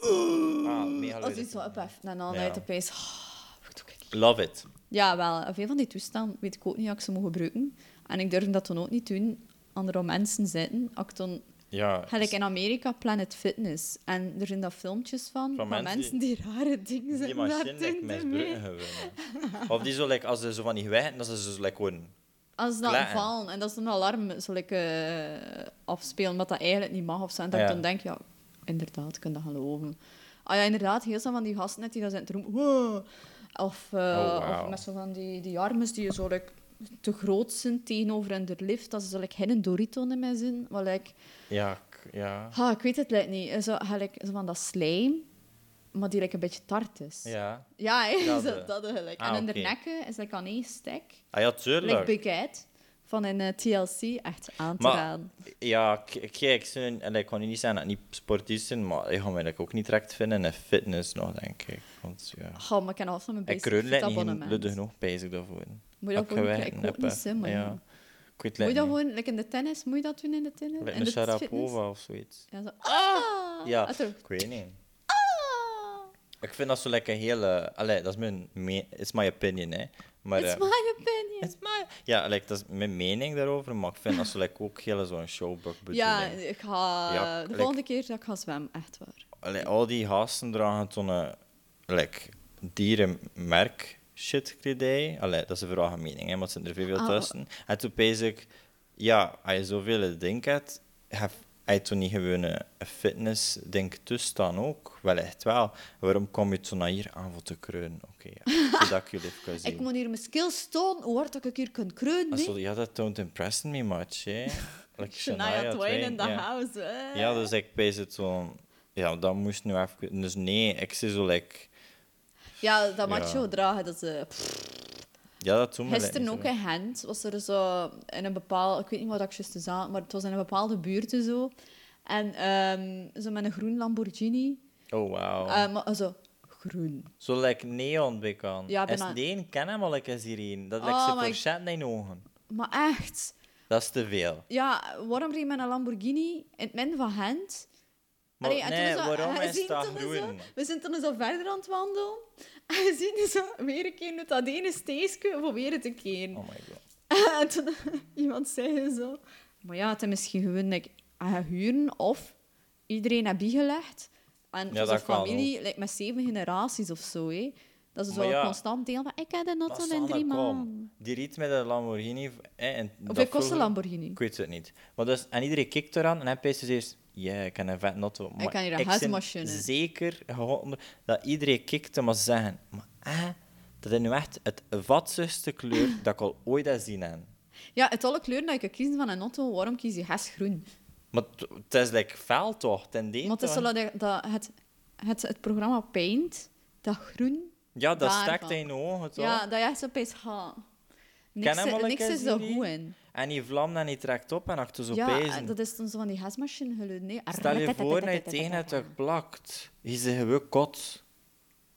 B: Ah, mega
A: Als
B: leuk.
A: iets zo opheft. En dan
B: Ja.
A: uit de pijs. "Ah, wat doe ik hier?"
B: Love it.
A: Ja, wel. Veel van die toestanden weet ik ook niet dat ik ze mogen gebruiken. En ik durf dat toen ook niet doen. Andere mensen zitten. Als ik toen
B: Ja,
A: Had ik in Amerika Planet Fitness. En er zijn daar filmpjes van, van, mensen, die, rare dingen
B: die
A: zijn
B: machine like,
A: daar
B: met
A: mee.
B: bruggen gewonnen. Of die zo, like, als ze zo van die gewijden, dat ze zo like, gewoon
A: Als ze dat
B: Klein.
A: vallen, en dat is een alarm, zal ik eh, afspelen, wat dat eigenlijk niet mag of zo. En dat
B: Ja.
A: ik dan denk, ja, inderdaad, ik kan dat geloven. Ah ja, inderdaad, heel snel van die gasten net die daar zijn te roepen, wow. Of, eh,
B: Oh, wauw.
A: of met zo van die, die armen die zo like, te groot zijn tegenover in de lift, dat ze zo like, geen Dorito in mij zijn. Wat like,
B: Ja, k- ja.
A: Ha, ik weet het like, niet. Eh, Zo, gelijk, zo van dat slijm, maar die like, een beetje tart is.
B: Ja.
A: Ja, hè,
B: Dat,
A: (laughs) dat,
B: eh.
A: dat, gelijk.
B: Ah,
A: en in
B: oké.
A: de nekken is like, aan één stek.
B: Ah ja,
A: Like
B: tuurlijk.
A: Big Ed van een eh, TLC echt aan te
B: maar,
A: raden.
B: ja, k- kijk, ze- en ik kon niet zeggen dat het niet sportief zijn, maar ik ga mij dat ook niet direct vinden in fitness nog, denk ik. Want ja...
A: Goh, maar ik ken af van mijn
B: Ik
A: basic
B: kreun lijkt
A: fit
B: niet
A: abonnement.
B: luide genoeg bezig daarvoor.
A: Moet je dat
B: Ook
A: gewoon niet
B: gewijden
A: krijgen? Ik ook
B: heb,
A: niet
B: hè.
A: zin, maar
B: Ja.
A: ja.
B: Ik
A: Moet
B: weet
A: je
B: het
A: dat
B: niet.
A: gewoon, like in de tennis, moet je dat doen in de tennis?
B: Lijkt
A: in
B: een
A: de fitness?
B: Sharapova of zoiets.
A: Ja, zo, ah!
B: Ja,
A: En zo,
B: ik weet niet.
A: ah!
B: Ik vind dat zo lekker heel... eh, allee, dat is mijn... me- It's my opinion, hè. Maar,
A: It's
B: eh,
A: my opinion.
B: it's my- Ja, like, dat is mijn mening daarover, maar ik vind dat zo like, ook heel zo'n showbug
A: Ja,
B: bedoeling.
A: ik ga...
B: Ja,
A: de
B: like-
A: volgende keer dat ik ga zwemmen, echt waar.
B: Allee, al die gasten dragen zo'n eh, like, dierenmerk shit kledij. Allee, dat is een vraag aan mening, hè, want er zijn er veel
A: Ah,
B: tussen. En toen pees ik, ja, als je zoveel ding hebt, heb je toch niet gewoon een een fitness ding tussen dan ook? Wellicht wel. Waarom kom je toen naar hier aan voor te kreunen? Oké,
A: (laughs)
B: ja. zodat ik jullie even kan zien.
A: Ik moet hier mijn skills tonen, hoe hard dat ik hier kan kreunen.
B: Dat is
A: hè.
B: zo- ja, dat don't impress me
A: (laughs)
B: much, hè. Like
A: Shania Twain in the
B: ja.
A: house. hè.
B: Ja, dus ik pees het zo... Ja, dat moest nu even... Dus nee, ik zie zo, like...
A: Ja, dat macho
B: Ja.
A: dragen, dat is... eh, pff.
B: Ja, dat doen we
A: Gisteren ook in Gent was er zo in een bepaalde, ik weet niet wat ik juist zei, maar het was in een bepaalde buurt en zo. En ehm, zo met een groen Lamborghini.
B: Oh, wauw.
A: Eh, maar zo groen.
B: Zo like neon bekan.
A: Ja,
B: Ja,
A: bijna.
B: Is één ken hem al eens hierin. Dat
A: Oh
B: lijkt ze
A: my-
B: voor shit in ogen.
A: Maar echt,
B: Dat is te veel.
A: ja, waarom reed men een Lamborghini in het midden van Gent?
B: Maar
A: Allee, en toen
B: nee,
A: zo- (laughs)
B: waarom
A: hij
B: is
A: ziet
B: dat
A: toen zo-
B: groen?
A: we zijn toen zo verder aan het wandelen. (laughs) En we zien zo weer een keer met dat ene steesje voor weer te keren.
B: Oh my god.
A: (laughs) En toen iemand zei zo... Maar ja, het is misschien gewoon like, aan huren of iedereen heb gelegd. En het
B: Ja,
A: was
B: dat
A: een
B: kan
A: familie like, met zeven generaties of zo. Hè. Dat is zo
B: Maar ja,
A: een constant deel van... Ik heb een
B: Dat is
A: auto in
B: Anne,
A: drie
B: kom.
A: maanden.
B: Die riet met een Lamborghini. Eh, en
A: Of
B: dat
A: ik kost een
B: vroeger-
A: Lamborghini.
B: Ik weet het niet. Maar dus, en iedereen kijkt eraan en hij peest dus eerst... Ja, ik heb een vet auto. Maar
A: kan hier een
B: ik ben
A: huismachine.
B: zeker gehouden dat iedereen kijkt en maar zeggen... Maar eh, dat is nu echt het vatsigste kleur dat ik al ooit heb zien heb.
A: Ja, uit alle kleuren dat je kunt kiezen van een auto, waarom kies je gas groen?
B: Maar t- het is like fel toch? Ten dele
A: Want het is
B: toch?
A: zo dat, dat het, het, het programma Paint, dat groen...
B: Ja, dat
A: Daarvan.
B: steekt in de ogen, toch?
A: Ja, dat je echt zo opeens... Ha, niks
B: hem al een
A: niks
B: keer
A: is er
B: zien,
A: goed
B: die?
A: in.
B: En die vlam dan niet trekt op en achter zo
A: Ja,
B: pezen.
A: dat is dan zo van die gasmachine geluid. Nee.
B: Stel je voor dat je tegen het ook plakt. Je zegt gewoon kot.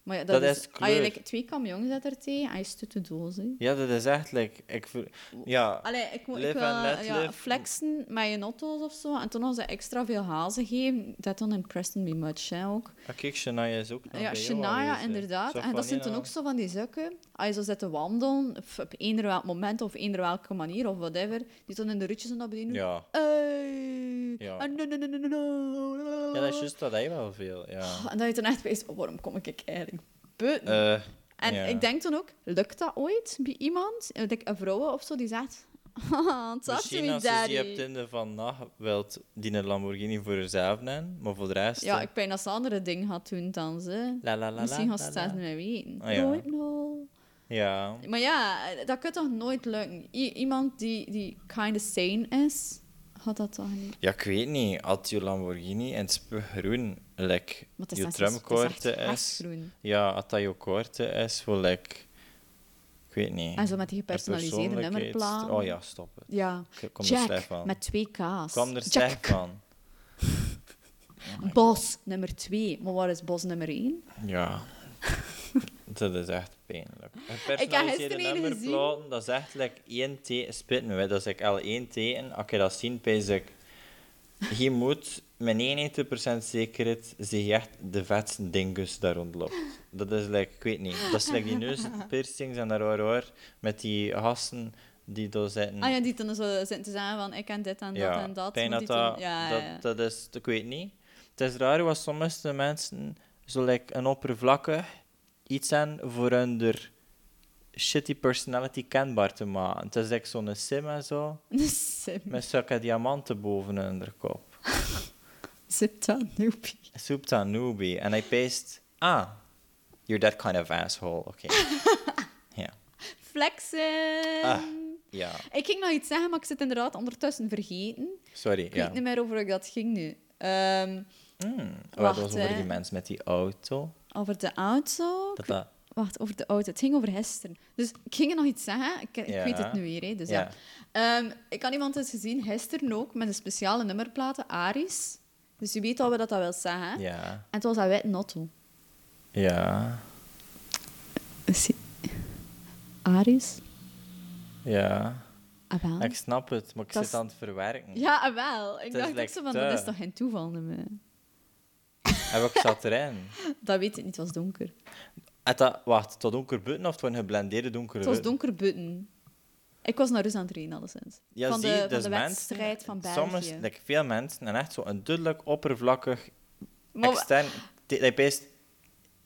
A: Maar ja, dat,
B: dat
A: is,
B: is
A: Als je
B: kleur.
A: like, twee kamjongen zet er tegen en je stuurt de doos. hè.
B: Ja, dat is echt like... Ik ver- Ja,
A: Allee, ik moet ik
B: Live
A: wil,
B: and let
A: ja,
B: live.
A: flexen met je auto's of zo. En toen als ze extra veel hazen geven, dat dan impressed me much hè, ook.
B: ah, kijk, Shania is ook nog
A: ja,
B: bij jou
A: Shania,
B: aanwezig.
A: inderdaad.
B: Zo
A: En
B: van,
A: dat zijn
B: ja.
A: toen ook zo van die zukken. Als je zo zit te wandelen, of op eender welk moment of eender welke manier of whatever, die toen in de rutjes en dat beneden doen.
B: Ja.
A: Hey. nu.
B: Ja.
A: Ah, no, no, no, no, no, no.
B: Ja, dat is juist dat hij wel veel. Ja.
A: Ah, En dat je dan echt weet, oh, waarom kom ik eigenlijk buiten?
B: Eh,
A: en
B: ja.
A: ik denk dan ook, lukt dat ooit bij iemand? Ik denk Een vrouw of zo die zegt, (laughs) haha, talk to
B: misschien
A: me
B: als ze
A: daddy.
B: die op Tinder vannacht wilt die een Lamborghini voor zichzelf nemen, maar voor de rest...
A: Ja,
B: eh,
A: ik pijn als ze andere dingen gaat doen dan ze.
B: La, la, la,
A: Misschien
B: la,
A: gaat ze
B: la,
A: het zelfs
B: la.
A: niet meer weten.
B: Ah, ja.
A: Nooit nog.
B: Ja.
A: Maar ja, dat kan toch nooit lukken? I- iemand die, die kind of sane is, had dat toch niet?
B: ja, ik weet niet. Had je Lamborghini en het spu groen, like,
A: Want het
B: je
A: echt- het
B: tramkoorte
A: echt
B: is...
A: groen.
B: Ja, had dat je koorte is, wel like... Ik weet niet.
A: En zo met die
B: Een
A: gepersonaliseerde
B: persoonlijkheids-
A: nummerplaat.
B: Oh ja, stop het.
A: Ja.
B: Ik kom er
A: Jack,
B: slecht van.
A: met twee K's.
B: Ik kwam er
A: Jack,
B: slecht van.
A: Bos nummer twee. Maar waar is bos nummer één?
B: Ja. (laughs) dat is echt pijnlijk.
A: Ik heb gisteren een
B: nummerplaten, dat is echt like één teken, spit me, hè. dat is like al één teken. Als je dat ziet, pijs ik, je moet met 91% zekerheid zich echt de vetste dingus daar rondloopt. Dat is like, ik weet niet, dat is like
A: (laughs)
B: die neuspiercings en daar hoor hoor, met die gasten die daar zitten.
A: Ah ja, die dan zo zitten te zeggen van ik en dit en dat
B: Hm. Ja,
A: en dat.
B: pijn
A: maar
B: dat
A: die dan-
B: dat,
A: ja, ja, ja. (laughs)
B: dat, dat is, ik weet niet. Het is raar wat sommige mensen zo like, een oppervlakkig iets zijn voor hun er shitty personality kenbaar te maken. Het is like zo'n sim en zo,
A: Zip,
B: met zulke diamanten boven hun kop.
A: zip dat, noepie.
B: Soep dat newbie. En hij peest, ah, you're that kind of asshole.
A: (laughs)
B: Oké. Ja.
A: Flexen!
B: Ah. Ja,
A: Ik ging nog iets zeggen, maar ik zit inderdaad ondertussen vergeten.
B: sorry.
A: Ik
B: Ja.
A: weet niet meer over hoe ik dat ging nu. Ehm,
B: Mm. Oh, dat
A: Wacht,
B: was over
A: hè.
B: die mens met die auto.
A: over de auto.
B: Dat dat...
A: Wacht, over de auto. Het ging over gisteren. Dus ik ging er nog iets zeggen. Ik, ik
B: Ja.
A: weet het nu weer. Hè, dus ja.
B: Ja.
A: Ehm, ik had iemand eens gezien, gisteren ook, met een speciale nummerplaten, Aris. Dus je weet al wat dat wil zeggen. En
B: Ja.
A: het was dat wit notto.
B: Ja.
A: Aris?
B: Ja.
A: Ah, wel.
B: Ik snap het, maar ik
A: Dat
B: zit
A: is-
B: aan het verwerken.
A: Ja, ah, wel. Ik
B: is
A: dacht ook
B: like
A: zo van,
B: te.
A: dat is toch geen toeval nummer?
B: En ik zat erin.
A: Dat weet ik niet, het was donker.
B: En dat, wacht, het was donker buiten of het was een geblendeerde donkere
A: Het was
B: buiten?
A: donker buiten. Ik was naar Rus aan het trainen, alleszins.
B: Ja,
A: van
B: zie,
A: de, van
B: dus
A: de
B: mensen-
A: wedstrijd van België.
B: Soms, like, veel mensen, en echt zo'n duidelijk, oppervlakkig,
A: Maar-
B: extern... die- Dat je peest,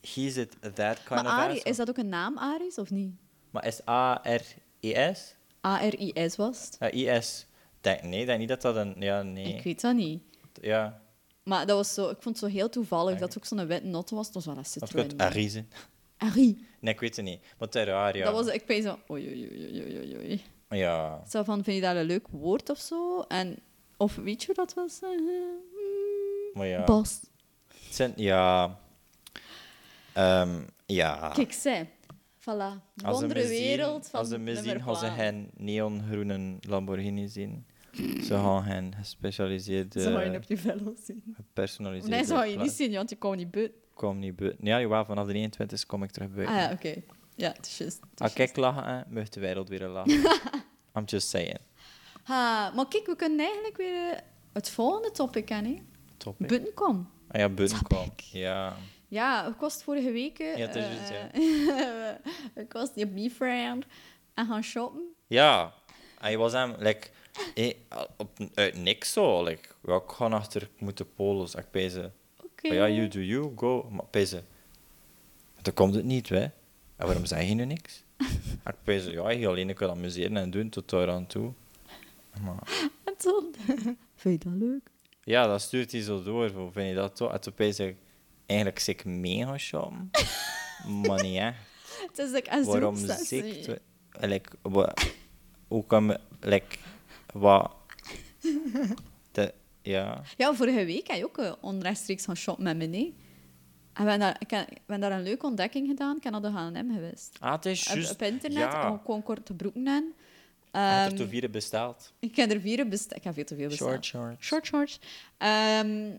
B: he's it, that kind
A: maar
B: of
A: Ari,
B: asshole.
A: is dat ook een naam, Aris, of niet?
B: Maar is A-R-I-S?
A: A-R-I-S was het?
B: Ja, I-S. Denk, nee, denk niet dat dat een... Ja, nee.
A: Ik weet dat niet.
B: Ja.
A: Maar dat was zo, ik vond het zo heel toevallig dat het ook zo'n wit not was. Dat was wel een
B: Of het (laughs)
A: Citroën.
B: kan Arie zijn.
A: Ari.
B: Nee, ik weet het niet. Maar het is raar, ja.
A: Dat was, ik ben zo, oei, oei, oei, oei, oei, oei.
B: Ja.
A: Zo van, vind je dat een leuk woord of zo? En, of weet je hoe dat was? zeggen? Mm,
B: Maar ja.
A: Bas.
B: Het zijn- ja. Ehm, ja.
A: Kijk, zij. Voilà.
B: Als ze me
A: Wondere
B: zien-
A: wereld van
B: Als ze me zien, gaan ze
A: nummerplaten.
B: geen neongroene Lamborghini zien. Ze gaan geen gespecialiseerde,
A: Zou je op je velo
B: (laughs)
A: zien?
B: gepersonaliseerde...
A: Nee, zou je
B: pla-
A: niet zien, want je kon niet buiten.
B: Ik kom niet buiten. Ja, jawel, vanaf de 21 kom ik terug buiten.
A: Ah ja, oké. Ja, het is juist. het is
B: Als
A: juist.
B: ik lachen, hè, mag de wereld
A: (laughs)
B: weer lachen. I'm just saying.
A: Ha, maar kijk, we kunnen eigenlijk weer eh, het volgende topic aan, hè.
B: Top. hè.
A: Buiten kom.
B: Ah ja, buiten
A: Snap
B: kwam.
A: ik.
B: Ja.
A: Ja, ik was het vorige week. eh,
B: Ja, het is juist, ja.
A: eh, (laughs) ik was die B-friend en gaan shoppen.
B: Ja. Hij was hem, like... eh, op, uit niks zo. Like, ja, ik ga achter... Ik moet de polos. Ik bij ze...
A: Oké.
B: Ah Ja, you do you, go. Maar pezen. Dan komt het niet, hè? En waarom zeg je nu (laughs) niks? ik pezen, ja, je alleen kan amuseren en doen tot daar aan toe. Maar,
A: En toen, (laughs) vind je dat leuk?
B: ja, dat stuurt hij zo door. Hoe vind je dat toch? En toen pezen ik, eigenlijk zit ik mee gaan (laughs) shoppen. maar niet echt.
A: Het is like een
B: Waarom
A: zoekstessie.
B: zit ik... Like, wa- hoe kan me... Like, wat... De, ja.
A: Ja, vorige week heb je ook eh, onrechtstreeks gaan shoppen met meneer. En we hebben, daar, ik heb- we hebben daar een leuke ontdekking gedaan. Ik ben naar de H&M geweest.
B: Ah, het is
A: Op-
B: juist...
A: op internet,
B: Ja.
A: ik kon korte broeken aan.
B: Ik heb
A: Ehm,
B: er toen vieren besteld.
A: ik heb er vier besteld. Ik heb veel te veel besteld.
B: Short shorts.
A: Short shorts. Ehm,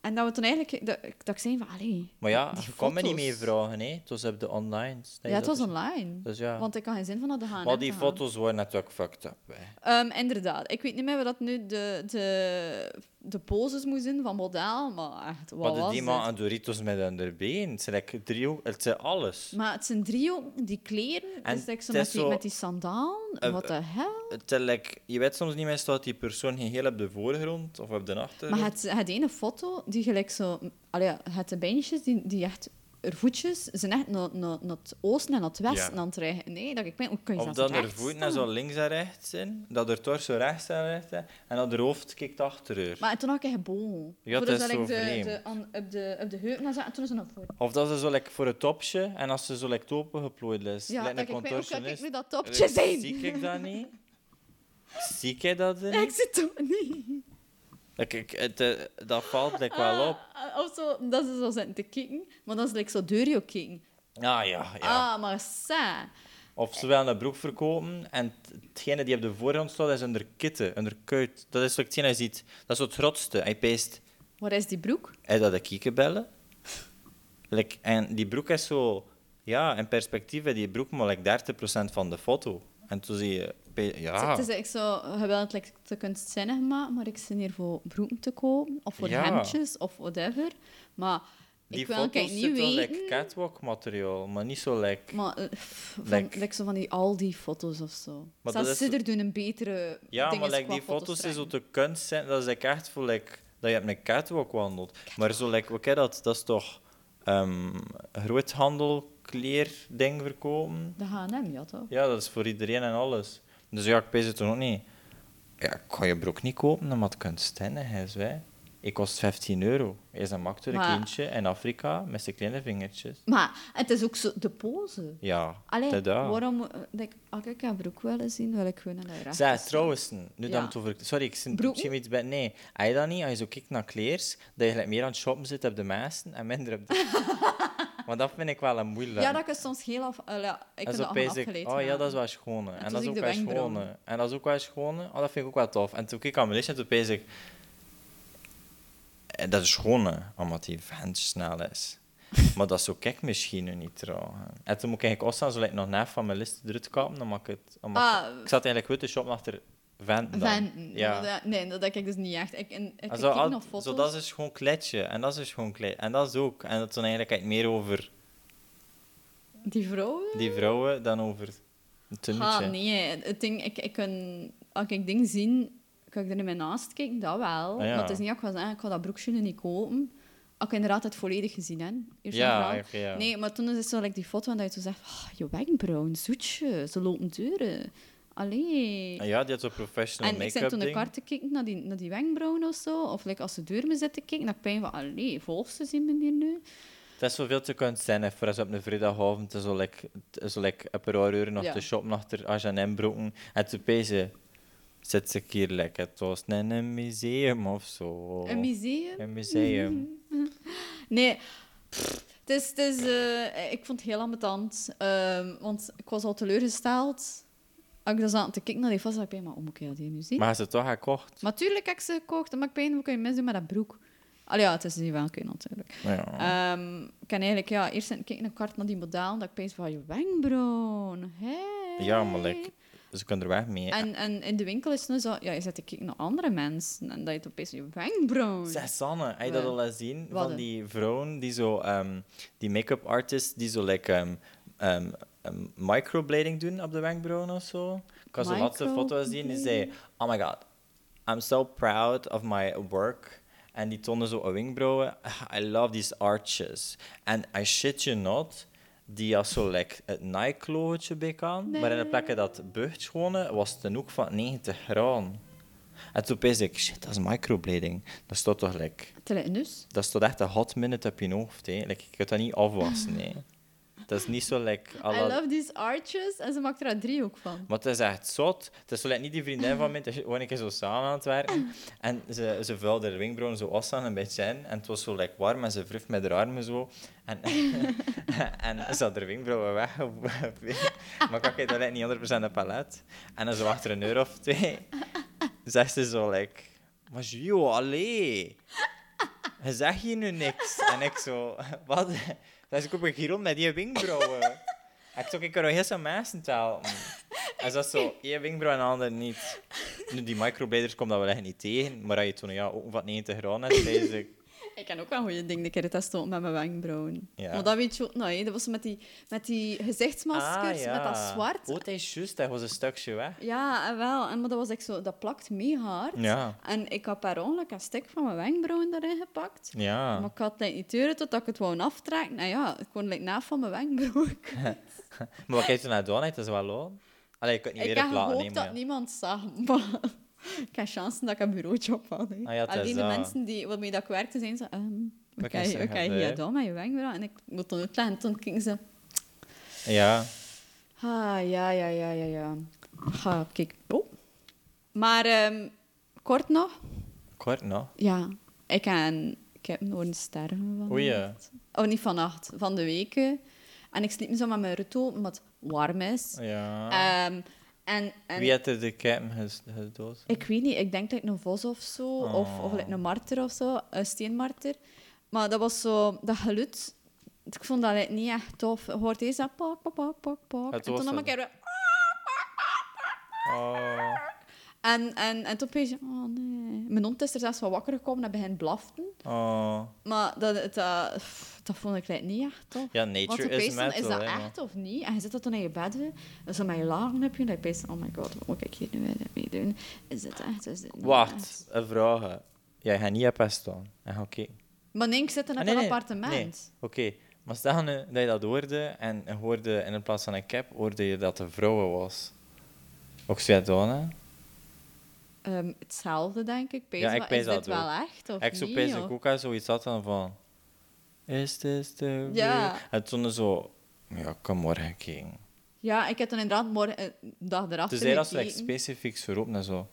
A: en dat we toen eigenlijk... Dat, dat ik zei van, allee,
B: Maar ja,
A: die
B: je kon me niet
A: foto's.
B: mee vragen, hè? Het was op de online.
A: Ja, het was online.
B: Dus ja.
A: Want ik had geen zin van naar de H&M
B: Maar die
A: te gaan.
B: foto's waren natuurlijk fucked up. Hè.
A: Ehm, inderdaad. Ik weet niet meer wat dat nu de, de, de poses moest in van model, maar echt, wat
B: Wat is
A: was
B: die
A: dit?
B: man aan Doritos met aan haar been? Het zijn like drie, het zijn alles.
A: Maar het zijn driehoek, die kleren,
B: En
A: dus like zo
B: het
A: met,
B: is
A: die,
B: zo-
A: met die sandalen,
B: Eh,
A: wat de hel?
B: Het zijn like- je weet soms niet meer, staat die persoon geheel op de voorgrond of op de achtergrond?
A: Maar het, het ene foto, die gelijk zo... Allee, ja, het de beentjes, die, die echt... Er voetjes zijn echt naar, naar, naar het oosten en naar het westen
B: Ja.
A: aan het rijden. Nee, dat ik ben, hoe kun je
B: Of
A: dat
B: dat haar
A: recht
B: voeten
A: staan?
B: zo links en rechts zijn, dat haar torso rechts en rechts zijn, en dat haar hoofd kijkt achter haar.
A: Maar toen had ik een boom.
B: Ja, dat is zo
A: ik de,
B: vreemd.
A: de, aan- op de, op de heupen en zo, en toen is ze naar voren.
B: Of dat ze zo like, voor het topje, en als ze zo like, open geplooid is,
A: Ja,
B: lijkt
A: dat
B: een
A: ik ben, hoe kan ik
B: contortionist. Eh,
A: nu dat topje zien?
B: Zie ik dat niet? Zie ik
A: (laughs)
B: dat niet?
A: Ik zit toch niet.
B: Like, ik, het, eh, dat valt like, wel op.
A: Ah, Of zo, dat ze zo zitten te kicken, maar dat is like zo deurio kicken.
B: Ah ja, ja.
A: Ah, maar sa.
B: Of ze willen een broek verkopen en t- hetgene die op de voorgrond staat, is onder kitten, onder kuit. Dat is zo hetgene je ziet. Dat is zo het grootste. Hij peest,
A: Waar is die broek?
B: hij dat de kiekebellen. Like, en die broek is zo... Ja, in perspectief is die broek maar like 30% van de foto. En toen zie je... pe- Ja.
A: Het is echt zo geweldig like, te kunstzinnig maken, maar ik zit hier voor broeken te kopen, of voor
B: Ja.
A: hemdjes, of whatever. Maar
B: Die
A: ik wil kijk
B: foto's
A: niet
B: zitten
A: weten...
B: like catwalk materiaal, maar niet zo like...
A: Maar eh, pff, van,
B: Like-
A: like zo van die Aldi-foto's of zo.
B: dat
A: Zelfs
B: is-
A: Sidder doen een betere
B: Ja,
A: dinges
B: maar like,
A: qua
B: die foto's is
A: trekken.
B: zo te kunst zijn. Dat is like, echt voor like, dat je op een catwalk wandelt. Maar zo, like, oké, dat, dat is toch ehm groothandel, kleerding verkopen?
A: De H&M, ja toch?
B: Ja, dat is voor iedereen en alles. Dus ja, ik pees het toen ook niet. Ja, ik kan je broek niet kopen, omdat het kunstzinnig is. Wij. Ik kost 15 euro. Hij is een mak door een
A: Maar-
B: kindje in Afrika met zijn kleine vingertjes.
A: Maar het is ook zo de pose.
B: Ja,
A: Allee,
B: tada.
A: waarom... eh, Like, als ik een broek wil zien, wil ik gewoon een uiteraard.
B: Zij, trouwens, nu dat
A: Ja.
B: we het over... Sorry, ik zit
A: Broeken?
B: misschien iets bij... Nee, hij je dat niet, als je zo kijkt naar kleers, dat je gelijk meer aan het shoppen zit op de meesten en minder op de... Want dat vind ik wel een moeilijk.
A: Ja, dat is soms heel af... allee, ja, ik
B: en
A: kan
B: zo
A: dat allemaal
B: pees ik,
A: afgeleid
B: oh ja,
A: maken.
B: dat is wel schone. En,
A: toen
B: dat is
A: zie
B: ook
A: ik de
B: wel
A: wenkbrauwen.
B: schone. En dat is ook wel schone. Oh, dat vind ik ook wel tof. En toen keek ik aan mijn lijstje en toen pees ik... eh, Dat is schone, omdat die vent snel
A: (laughs)
B: is. maar dat zou ik misschien nu niet trouwen. En toen moet ik eigenlijk opstaan, zodat ik nog net van mijn lijst eruit kapen, dan mag ik het... dan mag ik-
A: Ah.
B: ik zat eigenlijk goed te shoppen achter venten. dan.
A: Venten.
B: Ja.
A: Maar dat- nee, dat denk ik dus niet echt. Ik, en, ik
B: En
A: kijk
B: zo, al-
A: nog foto's.
B: zo, dat is gewoon kletje. En dat is gewoon kletje. En dat is ook. En dat toen eigenlijk eigenlijk meer over
A: Die vrouwen?
B: die vrouwen dan over het
A: Ah,
B: tunnetje.
A: nee. Het ding, ik, ik kan, als ik dingen zie, kan ik er niet mee naast kijken, dat wel.
B: Ah, ja.
A: Maar het is niet dat ik ga zeggen, ik ga dat broekje nu niet kopen. Als ik inderdaad het volledig gezien heb. Eerst en
B: Ja,
A: vooral.
B: oké, ja.
A: Nee, maar toen is het zo like, die foto en dat je toen zegt, ah, je wenkbrauwen, zoetje, ze lopen deuren. Allee.
B: En Ah Ja, die had zo'n professional
A: En ik zit
B: make-up
A: toen de
B: ding.
A: kar te kijken naar die, naar die wenkbrauwen of zo. Of like, als ze deur me zit te kijken, dan ben je van, allee, volgens ze zien me hier nu.
B: Dat is zoveel te kunnen zijn, hè, voor als je op een vrijdagavond zo like, t- zo like een paar uur nog
A: Ja.
B: te shoppen achter H&M broeken. En toen pezen zit ze hier lekker. Het was net een museum of zo.
A: Een Mhm. museum.
B: Een museum.
A: Nee. Pff, Het is, het is, eh, ik vond het heel ambetant. ehm, want ik was al teleurgesteld. Als ik dan zat te kijken naar die vast, dacht ik bij, maar hoe moet ik dat hier nu zien? Maar,
B: Maar ze toch gekocht.
A: tuurlijk heb ik ze gekocht. Maar ik ben, hoe kun je misdoen met dat broek? Allee, ja, het is niet wel oké, natuurlijk.
B: Ja.
A: Ehm, ik kan eigenlijk ja, eerst een kijken een kart naar die model, dat ik pees van je wenkbrauwen. Hey.
B: ja, maar like, ze kunnen er weg mee.
A: En, en in de winkel is het nu zo, ja, je zit te kijken naar andere mensen en dat je opeens je wenkbrauwen.
B: Zeg, Sanne, heb je dat
A: Ja.
B: al eens zien?
A: Wat
B: Van
A: dan?
B: die vrouwen die zo, ehm, die make-up artists die zo like, ehm, ehm, ehm, microblading doen op de wenkbrauwen of zo. Ik had zo laatste foto's zien die zei: Oh my god, I'm so proud of my work. En die tonen zo een wenkbrauwen. I love these arches. And I shit you not. Die had zo like, het Nike-logootje bij aan. Maar in de plekken dat bucht schone was het een hoek van 90 graden. En toen pees ik, shit, dat is microblading. Dat staat toch like,
A: Terwijl, dus?
B: dat staat echt een hot minute op je hoofd. Hè. Like, je kunt dat niet afwassen.
A: (laughs)
B: Hè. Dat is niet zo like, à la-
A: I love these arches. En ze maakt er een driehoek van.
B: Maar het is echt zot. Het is zo like, niet die vriendin van mij, we waren een keer zo samen aan het werken. En ze, ze vuilde haar wenkbrauwen zo af en een beetje in. En het was zo like, warm en ze wreef met haar armen zo. En, (laughs) en ze had haar wenkbrauwen weg. maar kijk, dat lijkt niet 100% een palet. En dan zo achter een uur of twee zegt ze zo like... Maar Gio, allee! Je zegt hier nu niks. En ik zo... Wat? Dat is ook een rond met die wenkbrauwen. En ik zo, ik kan nog heel zo'n mensen talen. En ze was zo, één wenkbrauw en de ander niet. Nu, die microbladers komen dat wel echt niet tegen, maar als je toen ja, ook van 90 graden hebt, dan
A: (laughs)
B: is het-
A: Ik kan ook wel goede dingen een keer testen met mijn wenkbrauwen.
B: Ja.
A: Maar dat weet je ook nou, hè. Dat was met die, met die gezichtsmaskers,
B: Ah, ja.
A: met dat zwart.
B: Oh, dat is juist, dat was een stukje weg.
A: Ja, en wel. En, maar dat was echt zo... Dat plakt mee hard.
B: Ja.
A: En ik had per ongeluk een stuk van mijn wenkbrauwen daarin gepakt.
B: Ja.
A: Maar ik had het niet duren totdat ik het wou aftrekken. Nou ja, ik kon like, na van mijn wenkbrauwen.
B: (laughs) Maar wat kijk je naar Donald? Dat is wel loon. Allee, je kunt het niet
A: Ik
B: weer
A: had
B: platen
A: gehoopt
B: nemen.
A: dat niemand zag. (laughs) Maar ik had chansen dat ik een bureaujob had. hè.
B: Ah ja, het is
A: Alleen de
B: dat.
A: mensen die, waarmee dat ik werkte, zeiden ze... ehm
B: Wat
A: Oké,
B: kan je
A: oké,
B: zeggen, hè?
A: hier dan met je wenkbrauw. En ik moet dan uitleggen. Toen keken ze...
B: Ja.
A: Ah, ja, ja, ja, ja, ja. Ha, kijk. Oh. Maar ehm, kort nog,
B: Kort nog.
A: ja. Ik, en, ik heb nog een sterven van.
B: Oei, ja.
A: Oh, niet vannacht, van de weken. En ik sliep me zo met mijn ruto, omdat het warm is.
B: Ja.
A: Ehm, en en
B: Ah. Wie had er de kippen ges- gedood?
A: ik weet niet, ik denk dat ik een vos of zo, of,
B: Oh.
A: of like een marter of zo, een steenmarter. Maar dat was zo, dat geluid, ik vond dat like, niet echt tof. Je hoort eerst dat pak, pak, pak, pak, pak. En
B: Het
A: toen
B: was
A: nog een
B: dat.
A: keer... weer-
B: Oh.
A: En, en, en toen pees je, oh nee. Mijn hond is er zelfs van wakker gekomen en begint blaften.
B: Oh.
A: Maar dat, het, eh, pff, dat vond ik like, niet echt tof.
B: Ja,
A: Want
B: nature
A: toen
B: is
A: pees dan,
B: metal.
A: is dat
B: hè, maar-
A: echt of niet? En je zit dat dan in je bed, hè. en zo met je lagen heb je, en dan pees oh my god, wat moet ik hier nu eigenlijk mee doen? Is dit echt? Is dit niet echt?
B: Wacht, een vraag. Jij gaat niet op haar staan. En gaan kijken.
A: Maar nee, ik zit in
B: Ah,
A: het
B: nee, nee,
A: appartement.
B: nee. Oké, maar stel nu dat je dat hoorde en je hoorde in plaats van een cap, hoorde je dat de vrouwen was. Ook Svetlana.
A: Ehm, hetzelfde, denk ik. Pees
B: Ja, ik
A: wel,
B: pees
A: is
B: dat
A: dit wel
B: ook.
A: echt of
B: Ik zo
A: niet?
B: pees ik
A: of-
B: ook aan zoiets had dan van... Is this the way?
A: Ja.
B: En toen zo... Ja, kom morgen kijken.
A: Ja, ik heb dan inderdaad morgen, eh, een dag erachter
B: Dus hij dat zo echt
A: gekeken.
B: specifiek zo roept en zo...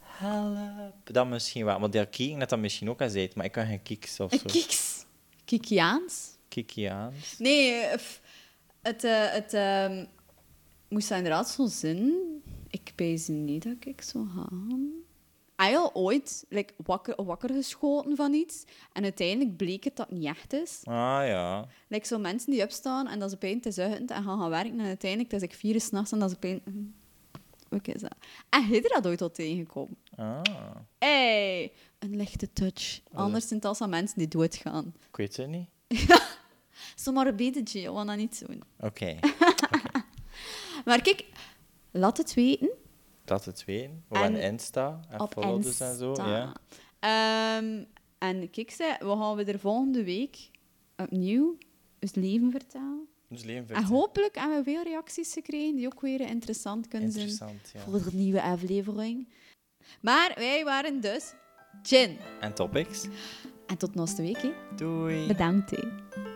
B: Help. Dat misschien wel. Want die kijken dat dat misschien ook al zei, maar ik kan geen kiks of
A: Een
B: zo.
A: Eh, kiks. Kikiaans?
B: Kikiaans.
A: Nee, eh, f- het, eh, het ehm, moest dat inderdaad zo zin. Ik pees niet dat ik zo ga. Hij al ooit like, wakker, wakker geschoten van iets. En uiteindelijk bleek het dat het niet echt is.
B: Ah ja.
A: Like zo mensen die opstaan en dat ze pijn te zuigend en gaan gaan werken. En uiteindelijk het is ik vier uur 's nachts en dat ze pijn... Hm, Wat is dat? En heb je dat ooit al tegengekomen?
B: Ah.
A: Hey, een lichte touch.
B: Oh,
A: Anders zijn het als aan mensen die doodgaan.
B: Ik weet het niet.
A: Zomaar bidden, Jill, want dat niet doen.
B: Oké,
A: Maar kijk, laat het weten
B: dat het weten. We
A: En
B: gaan Insta en
A: op
B: follow dus
A: Insta.
B: en zo. Ja.
A: Ehm, en kijk, ze, we gaan we er volgende week opnieuw ons leven vertellen.
B: Dus leven
A: En hopelijk hebben we veel reacties gekregen die ook weer interessant kunnen zijn
B: Interessant, ja.
A: voor de nieuwe aflevering. Maar wij waren dus Jin.
B: En topics?
A: En tot de week. hè.
B: Doei!
A: Bedankt. hè.